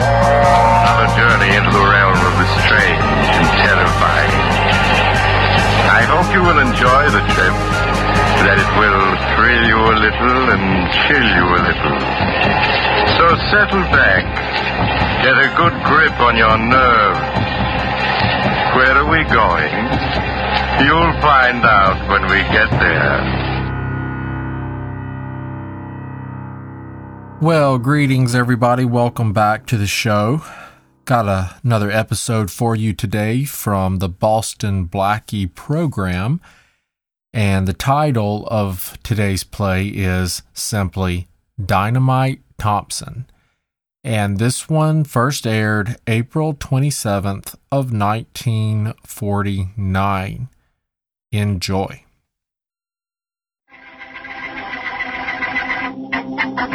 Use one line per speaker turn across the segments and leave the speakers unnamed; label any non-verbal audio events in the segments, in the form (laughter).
Another journey into the realm of the strange and terrifying. I hope you will enjoy the trip, that it will thrill you a little and chill you a little. So settle back, get a good grip on your nerves. Where are we going? You'll find out when we get there.
Well, greetings, everybody. Welcome back to the show. Got a, another episode for you today from the Boston Blackie program. And the title of today's play is simply Dynamite Thompson. And this one first aired April 27th of 1949. Enjoy.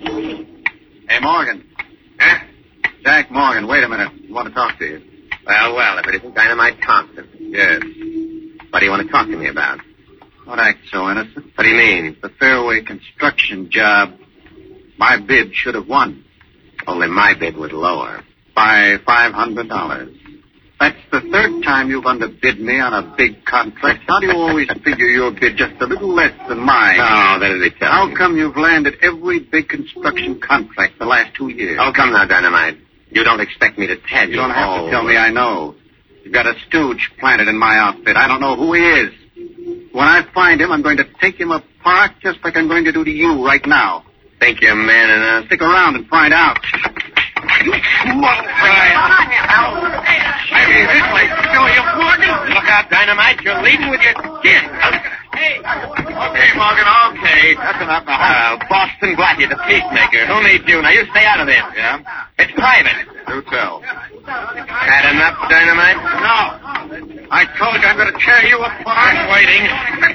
Hey, Morgan. Huh? Jack Morgan, wait a minute. I want to talk to you. Well, well, if it isn't Dynamite Thompson. Yes. What do you want to talk to me about? Don't act so innocent. What do you mean? The fairway construction job. My bid should have won. Only my bid was lower. By $500. That's the third time you've underbid me on a big contract. How do you always (laughs) figure your bid just a little less than mine?
Oh, that'll be tough.
How come you've landed every big construction contract the last two years?
Oh, come now, Dynamite. You don't expect me to tell you.
You don't have
Oh.
to tell me I know. You've got a stooge planted in my outfit. I don't know who he is. When I find him, I'm going to take him apart just like I'm going to do to you right now.
Think you're man enough?
Stick around and find out. You
Look out, Dynamite. You're leading with your skin. Okay, Morgan, okay. That's enough. Uh, Boston Blackie, the peacemaker. Who needs you? Now, you stay out of this. Yeah? It's private.
Do tell.
Had enough, Dynamite?
No. I told you I'm going to tear you apart.
I'm waiting.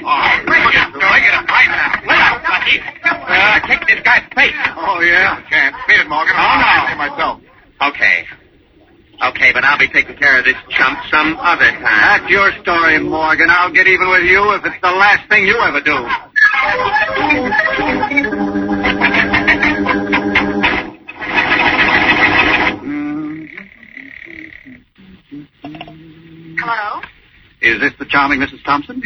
Oh, look at him. I get a fight now. Let out, Blackie. Uh, kick this guy's face.
Oh, yeah? Can't beat it, Morgan.
I'll
I'll
handle it
myself.
Oh, Okay. Okay, but I'll be taking care of this chump some other time.
That's your story, Morgan. I'll get even with you if it's the last thing you ever do.
Hello?
Is this the charming Mrs. (laughs) Thompson?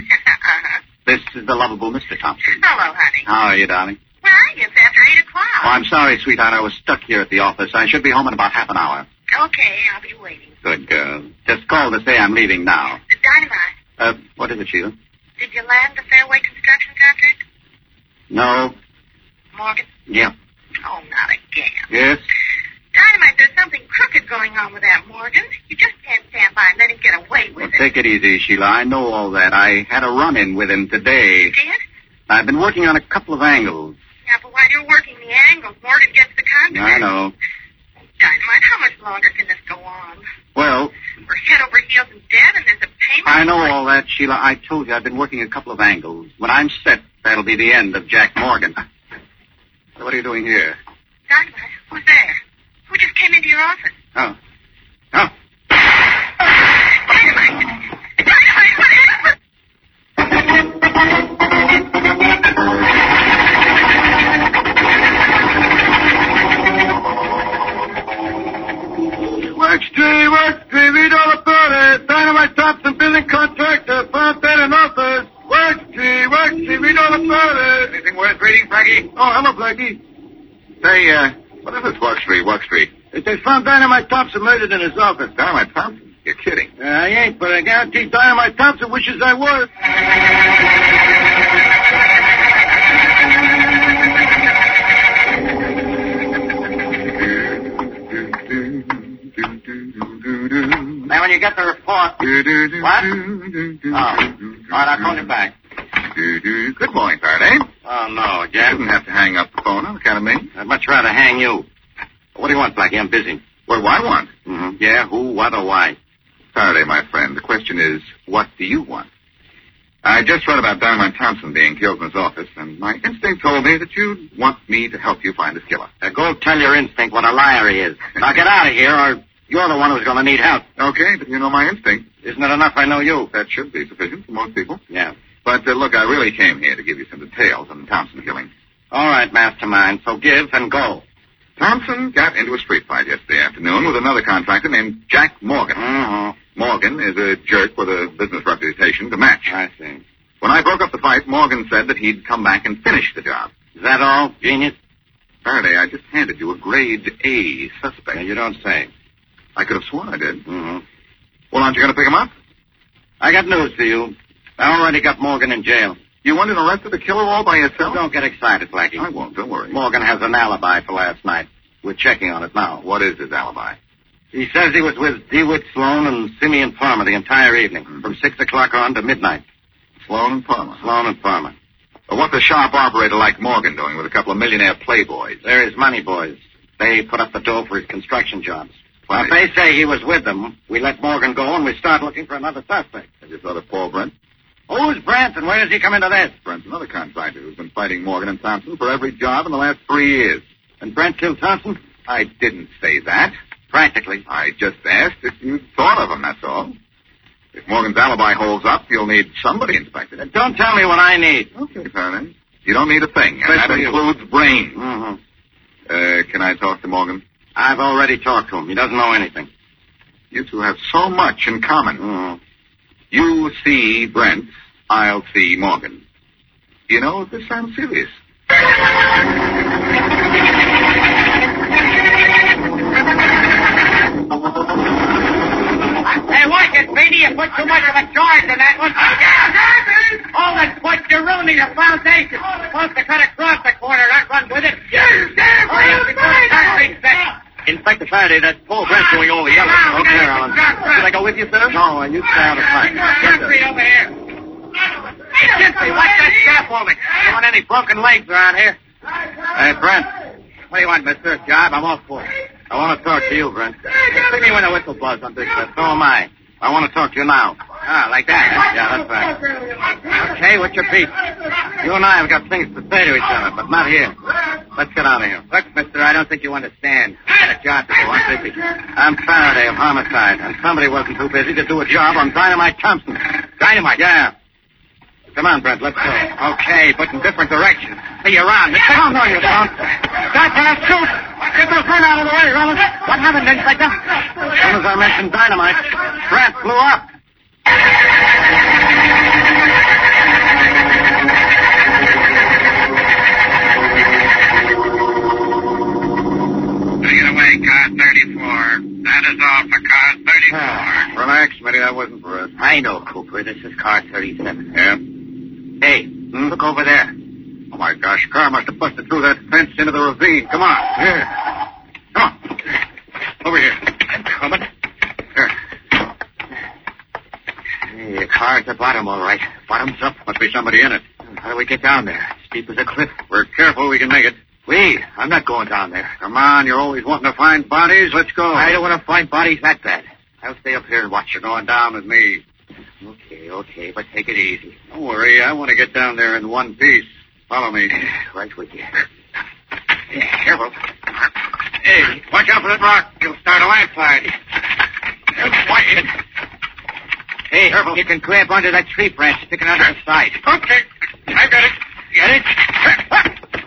this is the lovable Mr. Thompson.
Hello, honey.
How are you, darling?
Fine, it's after 8
Oh,
o'clock.
I'm sorry, sweetheart. I was stuck here at the office. I should be home in about half an hour.
Okay, I'll be waiting.
Good girl. Just call to say I'm leaving now.
The dynamite.
Uh, what is it, Sheila?
Did you land the fairway construction contract?
No.
Morgan?
Yeah.
Oh, not again.
Yes.
Dynamite, there's something crooked going on with that, Morgan. You just can't stand by and let him get away
Well,
with it.
take it easy, Sheila. I know all that. I had a run-in with him today.
You did?
I've been working on a couple of angles.
Yeah, but while you're working the angle, Morgan gets the contract.
I know.
Dynamite, how much longer can this go on?
Well,
We're head over heels in debt, and there's a payment.
I know all that, Sheila. I told you I've been working a couple of angles. When I'm set, that'll be the end of Jack Morgan. (laughs) So what are you doing here?
Dynamite, who's there? Who just came into your office?
Oh. Oh.
Dynamite! Dynamite, what happened?
Works, G, works, G. Read all about it. Dynamite Thompson, building contractor, found that in office. Works, G, works, G. Read all about it. Anything worth reading, Blackie? Oh, hello, Blackie. Say, uh, what is this, Walk Street, Walk Street? They found Dynamite Thompson murdered in his office. Dynamite Thompson? You're kidding. I ain't, but I guarantee Dynamite Thompson wishes I was.
Now, when you get the report.
What?
Oh. All right, I'll call you back.
Good morning, Faraday.
Oh, no, Jack.
You didn't have to hang up the phone on account of me.
I'd much rather hang you. What do you want, Blackie? I'm busy.
What do I want?
Mm-hmm. Yeah, who, what, or why?
Faraday, my friend, the question is, what do you want? I just read about Dynamite Thompson being killed in his office, and my instinct told me that you'd want me to help you find his killer.
Now, go tell your instinct what a liar
(laughs)
he is. Now, get out of here, or you're the one who's going to need help.
Okay, but you know my instinct.
Isn't it enough I know you?
That should be sufficient for most people.
Yeah.
But uh, look, I really came here to give you some details on the Thompson killing.
All right, mastermind. So give and go.
Thompson got into a street fight yesterday afternoon with another contractor named Jack Morgan.
Mm-hmm.
Morgan is a jerk with a business reputation to match.
I see.
When I broke up the fight, Morgan said that he'd come back and finish the job.
Is that all, genius?
Faraday, I just handed you a grade A suspect.
Now, you don't say.
I could have sworn I did.
Mm-hmm.
Well, aren't you going to pick him up?
I got news for you. I already got Morgan in jail.
You went and arrested the killer all by yourself?
Don't get excited, Blackie.
I won't. Don't worry.
Morgan has an alibi for last night. We're checking on it now.
What is his alibi?
He says he was with DeWitt Sloan and Simeon Farmer the entire evening, from 6 o'clock on to midnight.
Sloan and Palmer.
Sloan and Farmer.
Well, what's a sharp operator like Morgan doing with a couple of millionaire playboys?
They're his money boys. They put up the dough for his construction jobs. Well,
Right.
they say he was with them. We let Morgan go, and we start looking for another suspect.
Have you thought of Paul Brent?
Who's Branson? Where does he come into this?
Brent's another contractor who's been fighting Morgan and Thompson for every job in the last three years.
And Brent killed Thompson?
I didn't say that.
Practically.
I just asked if you'd thought of him, that's all. If Morgan's alibi holds up, you'll need somebody inspected.
Don't tell me what I need.
Okay, Faraday. You don't need a thing, and
Good
that
for you.
includes brains.
Mm-hmm.
Uh, can I talk to Morgan?
I've already talked to him. He doesn't know anything.
You two have so much in common.
Mm-hmm.
You see Brent, I'll see Morgan. You know, this I'm serious.
Hey, watch it, baby. You put too much of a charge in that one. All that put you ruining the foundation. Supposed to cut across the corner, not run with it. Yes, sir. Inspector Faraday, that's Paul Brent going over yellow. Okay, Alan. Should I go with you, sir? No, you stay out of sight. Yes, sir. Hey, Gypsy, watch that scaffolding. Don't want any broken legs around here. Hey, Brent. What do you want, mister? Job? I'm off for it. I want to talk to you, Brent. See me when the whistle blows on this, but so am I. I want to talk to you now. Ah, like that. huh? Yeah, that's right. Okay, what's your beef? You and I have got things to say to each other, but not here. Let's get out of here. Look, mister, I don't think you understand. I got a job to do. I'm busy. I'm Faraday of homicide, and somebody wasn't too busy to do a job on Dynamite Thompson. Dynamite? Yeah. Come on, Brent, let's go. Okay, but in different directions. Be around. Yes. Oh, no, you don't. Stop that shoot. Get those men out of the way, Rollins. What happened, Inspector? As soon as I mentioned dynamite, Brent blew up.
Take it away, car 34. That is all for car 34. (sighs) Relax, Smitty. That wasn't for us.
I know, Cooper. This is car 37.
Yeah?
Hey, look over there.
Oh, my gosh. Car must have busted through that fence into the ravine. Come on. Here. Come on. Over here. I'm coming. Here.
Hey, the car's the bottom, all right.
Bottoms up. Must be somebody in it.
How do we get down there? Steep as a cliff.
We're careful we can make it. Wait, I'm not going down there. Come on, you're always wanting to find bodies. Let's go. I don't want to find bodies that bad. I'll stay up here and watch. You're going down with me. Okay, okay, but take it easy. Don't worry, I want to get down there in one piece. Follow me. (sighs) right with you. Yeah, careful. Hey, watch out for that rock. You'll start a landslide. Quiet. Hey, careful. you can grab onto that tree branch sticking out of the side.
Okay, I got it. Get it?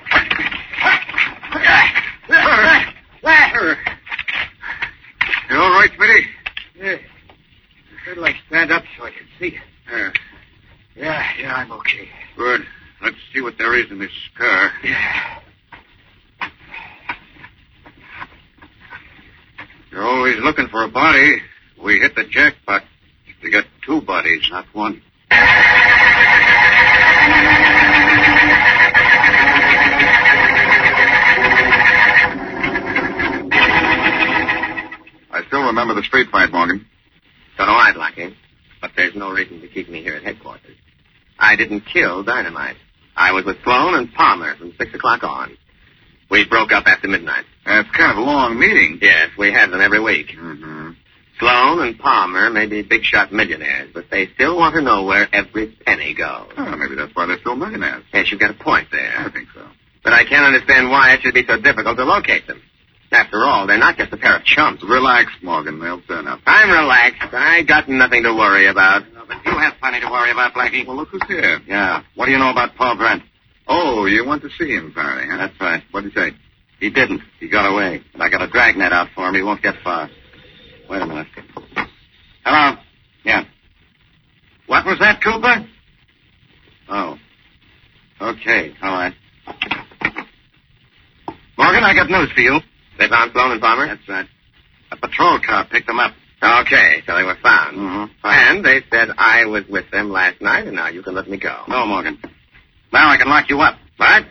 You all right, Smitty? Yeah. I feel like stand up so I can see. Yeah. Yeah, yeah, I'm okay. Good. Let's see what there is in this car. Yeah. You're always looking for a body. We hit the jackpot. We got two bodies, not one. I still remember the street fight, Morgan.
So do I, Blackie. But there's no reason to keep me here at headquarters. I didn't kill Dynamite. I was with Sloan and Palmer from 6 o'clock on. We broke up after midnight.
That's kind of a long meeting.
Yes, we have them every week.
Mm-hmm.
Sloan and Palmer may be big shot millionaires, but they still want to know where every penny goes.
Well, Oh, maybe that's why they're still millionaires.
Yes, you've got a point
I
there.
think so.
But I can't understand why it should be so difficult to locate them. After all, they're not just a pair of chumps.
Relax, Morgan. They'll turn up.
I'm relaxed. I got nothing to worry about.
But you have plenty to worry about, Blackie. Well, look who's here. Yeah. What do you know about Paul Brent? Oh, you want to see him, apparently, huh? That's right. What did he say? He didn't. He got away. But I got a dragnet out for him. He won't get far. Wait a minute. Hello? Yeah. What was that, Cooper? Oh. Okay. All right. Morgan, I got news for you.
They found Sloan and Palmer?
That's right. A patrol car picked them up.
Okay, so they were found.
Mm-hmm.
And they said I was with them last night, and now you can let me go.
No, Morgan. Now I can lock you up.
What?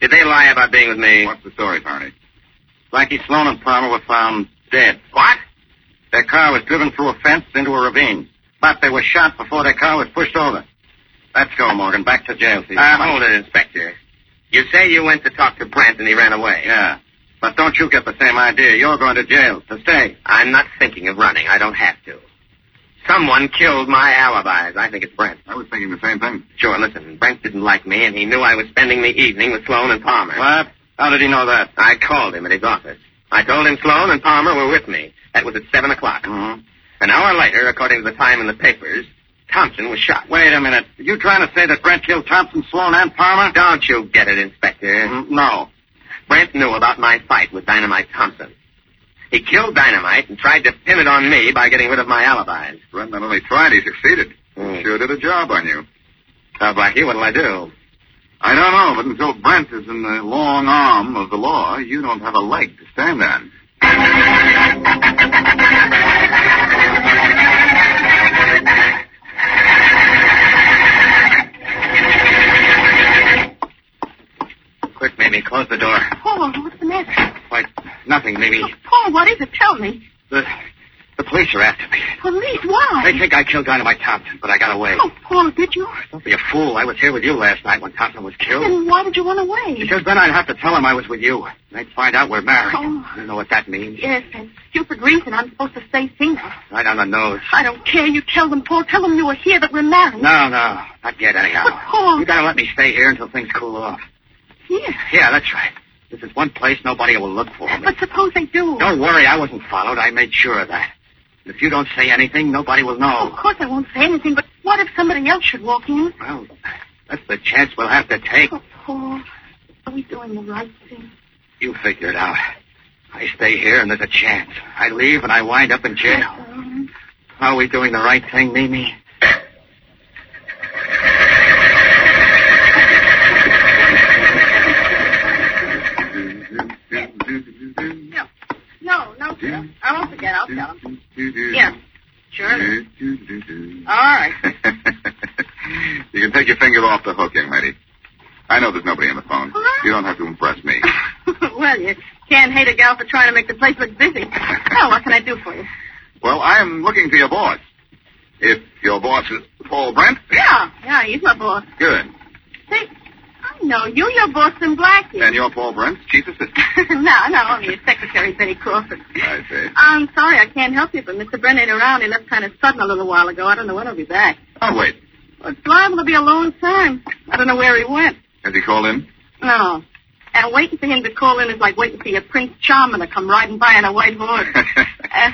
Did they lie about being with me?
What's the story, Barney? Blackie Sloan and Palmer were found dead.
What?
Their car was driven through a fence into a ravine. But they were shot before their car was pushed over. Let's go, Morgan. Back to jail. See you.
Uh, hold it, Inspector. You say you went to talk to Brent and he ran away.
Yeah. But don't you get the same idea. You're going to jail. To stay.
I'm not thinking of running. I don't have to. Someone killed my alibis. I think it's Brent.
I was thinking the same thing.
Sure, listen, Brent didn't like me, and he knew I was spending the evening with Sloan and Palmer.
What? How did he know that?
I called him at his office. I told him Sloan and Palmer were with me. That was at 7 o'clock.
Mm-hmm.
An hour later, according to the time in the papers, Thompson was shot.
Wait a minute. Are you trying to say that Brent killed Thompson, Sloan, and Palmer?
Don't you get it, Inspector?
Mm, No.
Brent knew about my fight with Dynamite Thompson. He killed Dynamite and tried to pin it on me by getting rid of my alibis.
Brent not only tried, he succeeded.
Hmm.
Sure did a job on you.
Now, Blackie, what'll I do?
I don't know, but until Brent is in the long arm of the law, you don't have a leg to stand on.
Quick, Mamie, close the door.
Paul, what's the matter?
Why, nothing, Mamie.
Paul, what is it? Tell me.
The, the police are after me.
Police, why?
They think I killed Dynamite Thompson, but I got away.
Oh, Paul, did you?
Don't be a fool. I was here with you last night when Thompson was killed.
Then why did you run away?
Because then I'd have to tell him I was with you. And they'd find out we're married.
Oh.
You know what that means?
Yes, and stupid reason I'm supposed to stay single.
Right on the nose.
I don't care. You tell them, Paul. Tell them you were here, that we're married.
No, no. Not yet, anyhow.
But, Paul-
You gotta let me stay here until things cool off.
Here.
Yeah, that's right. This is one place nobody will look for me.
But suppose they do.
Don't worry, I wasn't followed. I made sure of that. And if you don't say anything, nobody will know.
Of course I won't say anything, but what if somebody else should walk in?
Well, that's the chance we'll have to take.
Oh, Paul, are we doing the right thing?
You figure it out. I stay here and there's a chance. I leave and I wind up in jail.
Um,
Are we doing the right thing, Mimi?
no, no, no, sir. I won't forget. I'll tell them. Yes, sure. All right. (laughs)
you can take your finger off the hook, young lady. I know there's nobody on the phone.
What?
You don't have to impress me.
well, you can't hate a gal for trying to make the place look busy. Well, what can I do for you?
Well, I'm looking for your boss. If your boss is Paul Brent,
Yeah, yeah, he's my boss.
good.
Say, I No, you, you're Boston Blackie.
And you're Paul Brent, chief assistant.
(laughs) no, no, only your secretary, Betty Crawford.
I see.
I'm sorry I can't help you, but Mr. Brent ain't around. He left kind of sudden a little while ago. I don't know when he'll be back.
Oh, wait.
Well, it's liable to be a long time. I don't know where he went.
Has he called in?
No. And waiting for him to call in is like waiting for your Prince Charming to come riding by on a
(laughs)
white horse. uh,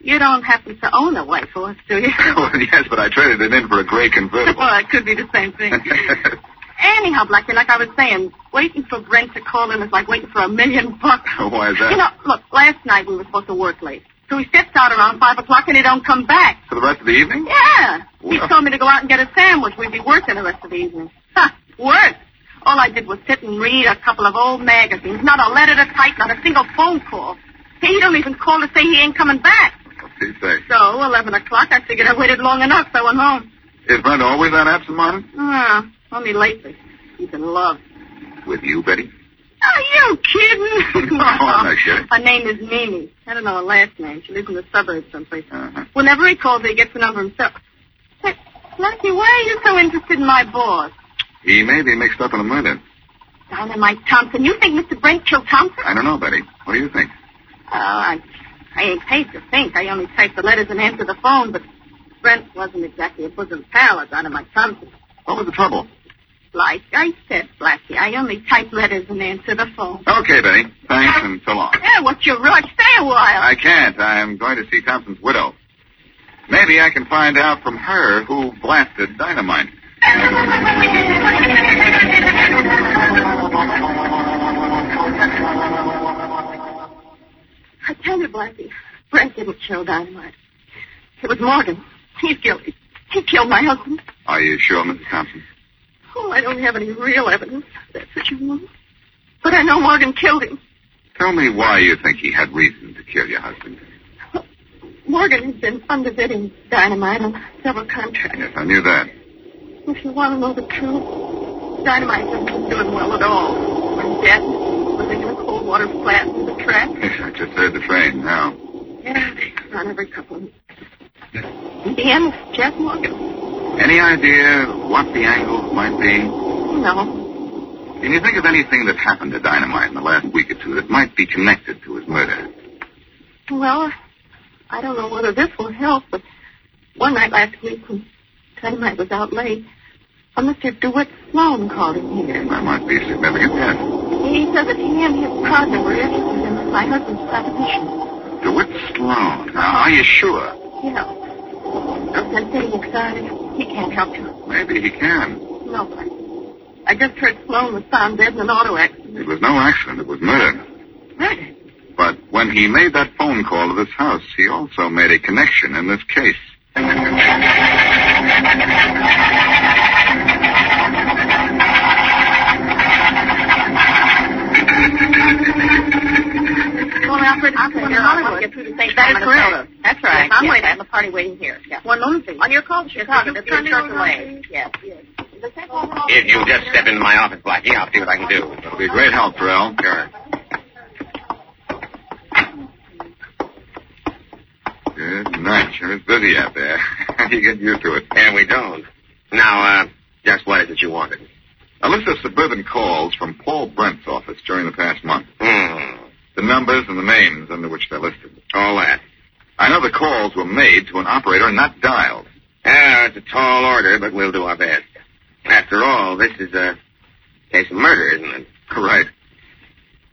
you don't happen to own a white horse, do you?
well, (laughs) yes, but I traded it in for a gray convertible.
(laughs) well, it could be the same thing.
(laughs)
Anyhow, Blackie, like I was saying, waiting for Brent to call in is like waiting for a million bucks.
(laughs) Why is that?
You know, look, last night we were supposed to work late. So he steps out around 5 o'clock and he don't come back.
for the rest of the evening?
Yeah. He
Well-
told me to go out and get a sandwich. We'd be working the rest of the evening. Huh, work. All I did was sit and read a couple of old magazines. Not a letter to type, not a single phone call. He don't even call to say he ain't coming back.
What's he say?
So, 11 o'clock, I figured I waited long enough, so I went home.
Is Brent always that absent-minded?
Ah, only lately. He's in love.
With you, Betty?
Are you kidding?
(laughs) No, Oh, I'm not kidding.
Her name is Mimi. I don't know her last name. She lives in the suburbs someplace.
Uh-huh.
Whenever he calls, he gets the number himself. But, Lucky, why are you so interested in my boss?
He may be mixed up in a murder.
Dynamite Thompson. You think Mr. Brent killed Thompson?
I don't know, Betty. What do you think?
Oh, I, I ain't paid to think. I only typed the letters and answered the phone, but Brent wasn't exactly a bosom pal of Dynamite Thompson.
What was the trouble?
Like I said, Blackie, I only type letters and answer the phone.
Okay, Betty. Thanks, and so long.
Yeah, what's your rush? Stay a while.
I can't. I'm going to see Thompson's widow. Maybe I can find out from her who blasted dynamite.
I tell you, Blackie, Brent didn't kill Dynamite. It was Morgan. He's guilty. He killed my husband.
Are you sure, Mrs. Thompson?
Oh, I don't have any real evidence. That's what you want. But I know Morgan killed him.
Tell me why you think he had reason to kill your husband.
Morgan has been underbidding Dynamite on several contracts.
Yes, I knew that.
If you want to know the truth, Dynamite isn't doing well at all. I'm dead, living in a cold water flat in the track.
Yes, I just heard the train now.
Yeah, they come on every couple of minutes. Indiana, Jack Morgan.
Any idea what the angles might be?
No.
Can you think of anything that happened to Dynamite in the last week or two that might be connected to his murder?
Well, I don't know whether this will help, but one night last week when Dynamite was out late, a Mr. DeWitt Sloan called in here.
That might be significant, yes.
He said that he and his partner were interested in my husband's proposition.
DeWitt Sloan. Now, are you sure?
Yeah. I'm getting excited. He can't help you.
Maybe he can.
No, but I just heard Sloan was found dead in an auto accident.
It was no accident. It was murder.
Murder.
But when he made that phone call to this house, he also made a connection in this case.
Well, Alfred, I'm going to Hollywood. Get through to St. That is correct. That's right. Yes, I'm waiting. I'm the party waiting here. One moment, please. On your call to Chicago, that's three short away. Yes.
If you just step into my office, Blackie, I'll see what I can do.
It'll be a great help, Terrell. Sure. Good night. Sure is busy out there. (laughs) you get used to it.
Yeah, we don't. Now, uh, just what is it you wanted?
A list of suburban calls from Paul Brent's office during the past month.
Hmm.
The numbers and the names under which they're listed.
All that.
I know the calls were made to an operator not dialed.
Yeah, Ah, it's a tall order, but we'll do our best. After all, this is a case of murder, isn't it?
Right.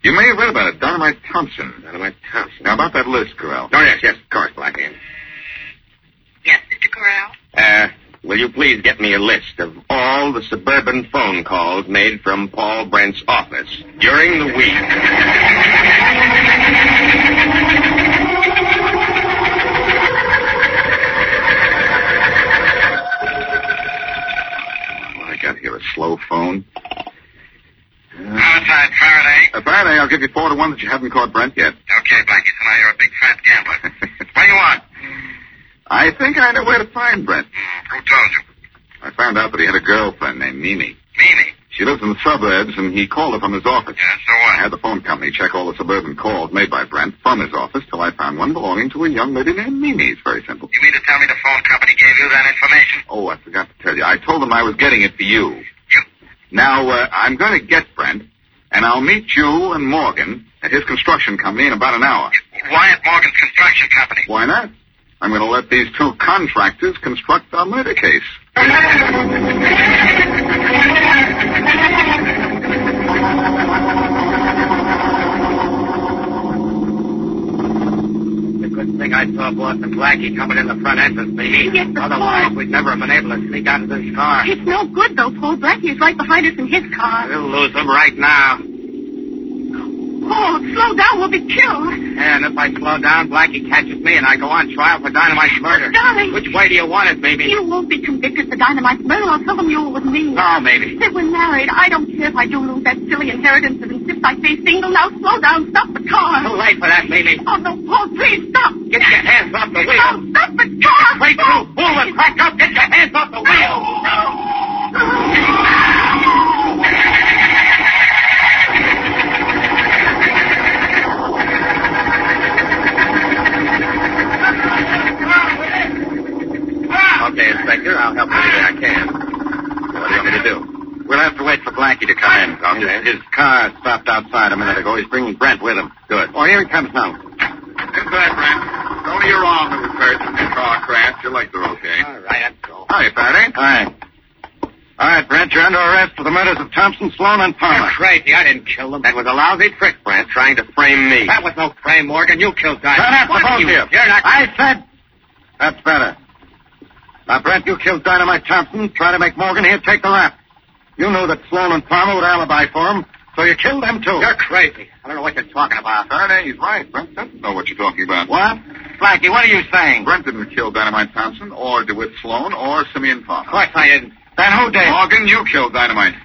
You may have read about it. Dynamite Thompson.
Dynamite Thompson.
Now, about that list, Corral.
Oh, yes, yes, of course, Blackie.
Yes, Mr. Corral.
Uh, will you please get me a list of all the suburban phone calls made from Paul Brent's office during the week?
Well, I got here a slow phone.
Homicide, Faraday.
Uh, Faraday, I'll give you four to one that you haven't caught Brent yet.
Okay, Blackie, tonight you're a big fat
(laughs)
gambler. what do you want?
I think I know where to find Brent.
Hmm, Who told you?
I found out that he had a girlfriend named Mimi.
Meanie.
She lives in the suburbs, and he called her from his office.
Yeah, so
I had the phone company check all the suburban calls made by Brent from his office till I found one belonging to a young lady named Mimi. It's very simple.
You mean to tell me the phone company gave you that information?
Oh, I forgot to tell you. I told them I was getting it for you.
You,
Now, uh, I'm going to get Brent, and I'll meet you and Morgan at his construction company in about an hour.
Why at Morgan's Construction Company?
Why not? I'm going to let these two contractors construct our murder case.
It's a good thing I saw Boston Blackie coming in the front entrance, baby.
Yes, but
Otherwise,
Paul-
we'd never have been able to sneak out of this car.
It's no good, though, Paul. Blackie is right behind us in his car.
We'll lose him right now.
Paul, slow down. We'll be killed.
And if I slow down, Blackie catches me and I go on trial for dynamite murder.
Darling.
Which way do you want it, baby?
You won't be convicted for dynamite murder. I'll tell them you were with me.
No, maybe.
That we're married. I don't care if I do lose that silly inheritance and insist I stay single. Now slow down. Stop the
Too
car.
late for that, baby.
Oh, no, Paul, please stop.
Get your hands off the wheel.
Oh, stop the car.
Play through, fool, and crack up. Get your hands off the wheel.
Okay, Inspector, I'll help any way I can. What do you want me to do? We'll have to wait for Blackie to come in. Okay. His, his car stopped outside a minute ago. He's bringing Brent with him. Good. Oh, here he comes now. Inside, Brent. Only your arm that was hurt in the car crash. Your legs are okay.
All right, I'm cool.
Hi, Faraday. Hi. All right, Brent, you're under arrest for the murders of Thompson, Sloan, and
You're
Palmer.
crazy. I didn't kill them.
That was a lousy trick, Brent, trying to frame me.
That was no frame, Morgan. You killed Diamond.
Turn up the
What
phone
you-
here.
You're not.
I said. That's better. Now, Brent, you killed Dynamite Thompson. Try to make Morgan here take the rap. You knew that Sloan and Palmer would alibi for him, so you killed them too.
You're crazy. I don't know what you're talking about.
Faraday, he's right. Brent doesn't know what you're talking about. What? Blackie, what are you saying? Brent didn't kill Dynamite Thompson or DeWitt Sloan or Simeon Palmer.
Of course I didn't.
Then who did? Morgan, you killed Dynamite.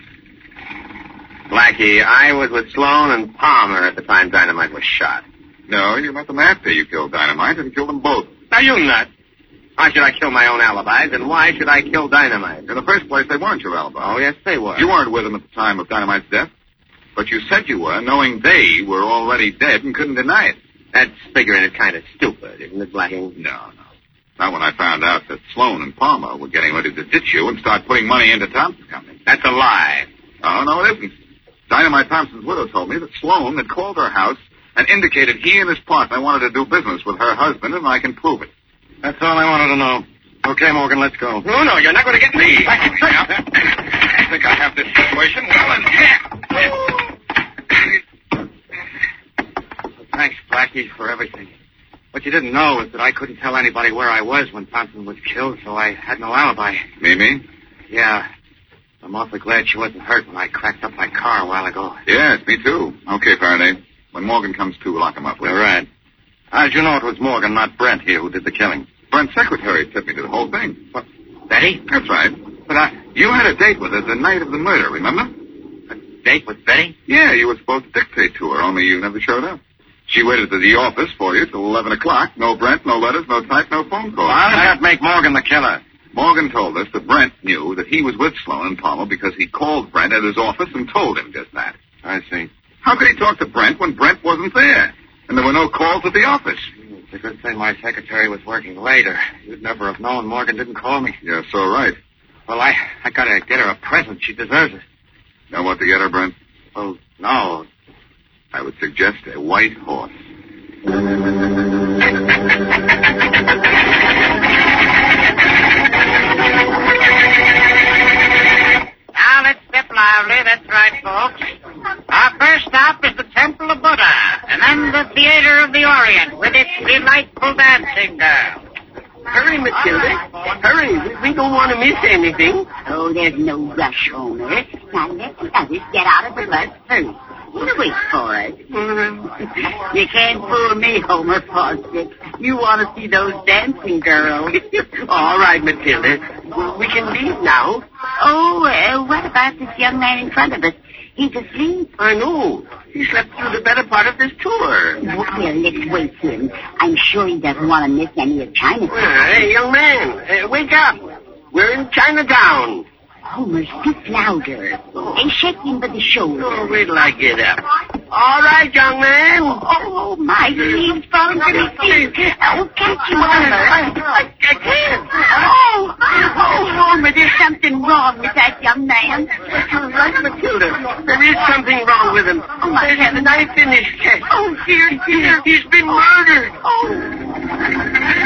Blackie, I was with Sloan and Palmer at the time Dynamite was shot.
No, you met them after you killed Dynamite and killed them both.
Now, you nut. Why should I kill my own alibis, and why should I kill Dynamite?
In the first place, they weren't your alibi.
Oh, yes, they were.
You weren't with them at the time of Dynamite's death, but you said you were, knowing they were already dead and couldn't deny it.
That's figuring it kind of stupid, isn't it, Blackie?
No, no. Not when I found out that Sloan and Palmer were getting ready to ditch you and start putting money into Thompson's company.
That's a lie.
Oh, no, it isn't. Dynamite Thompson's widow told me that Sloan had called her house and indicated he and his partner wanted to do business with her husband, and I can prove it.
That's all I wanted to know. Okay, Morgan, let's go. No, no, you're not going to get me. Blackie, shut up.
I think I have this situation well in
Thanks, Blackie, for everything. What you didn't know is that I couldn't tell anybody where I was when Thompson was killed, so I had no alibi.
Mimi?
Yeah. I'm awfully glad she wasn't hurt when I cracked up my car a while ago.
Yes, me too. Okay, Faraday. When Morgan comes to, lock him up. All right. How'd you know it was Morgan, not Brent here, who did the killing? Brent's secretary tipped me to the whole thing. What?
Betty?
That's right. But I, you had a date with her the night of the murder, remember?
Date with Betty?
Yeah, you were supposed to dictate to her, only you never showed up. She waited at the office for you till 11 o'clock. No Brent, no letters, no type, no phone call.
How did that
make Morgan the killer? Morgan told us that Brent knew that he was with Sloan and Palmer because he called Brent at his office and told him just that. I see. How could he talk to Brent when Brent wasn't there? And there were no calls at the office.
It's a good thing my secretary was working later. You'd never have known Morgan didn't call me.
You're so right.
Well, I, I gotta get her a present. She deserves it.
Know what to get her, Brent?
Well, no.
I would suggest a white horse.
Now let's step lively. That's right, folks. Our first stop is the Temple of Buddha, and then the Theater of the Orient with its delightful dancing girl.
Hurry, Matilda. Hurry. We, we don't want to miss anything.
Oh, there's no rush, Homer. Now let the others get out of the bus first. He'll wait for us.
You can't fool me, Homer Fawcett. You want to see those dancing girls. (laughs) All right, Matilda. We can leave now.
Oh, uh, what about this young man in front of us? He's asleep.
I know. He slept through the better part of this tour.
Well, let's wait for him. I'm sure he doesn't want to miss any of Chinatown.
Ah, hey, young man, uh, wake up. We're in Chinatown.
Homer, speak louder. And shake him by
Oh,
the shoulder.
wait till I get up. uh, All right, young man.
Oh, (laughs) my sleeve's falling to his feet. Oh, catch him, Homer.
I, I can't.
Oh, oh, Homer. Mortimer, there's something wrong with that young man.
You're right, Matilda. There is something wrong with him.
Oh, my
There's a
heavens.
knife in his chest.
Oh, dear, dear.
He's been murdered.
Oh,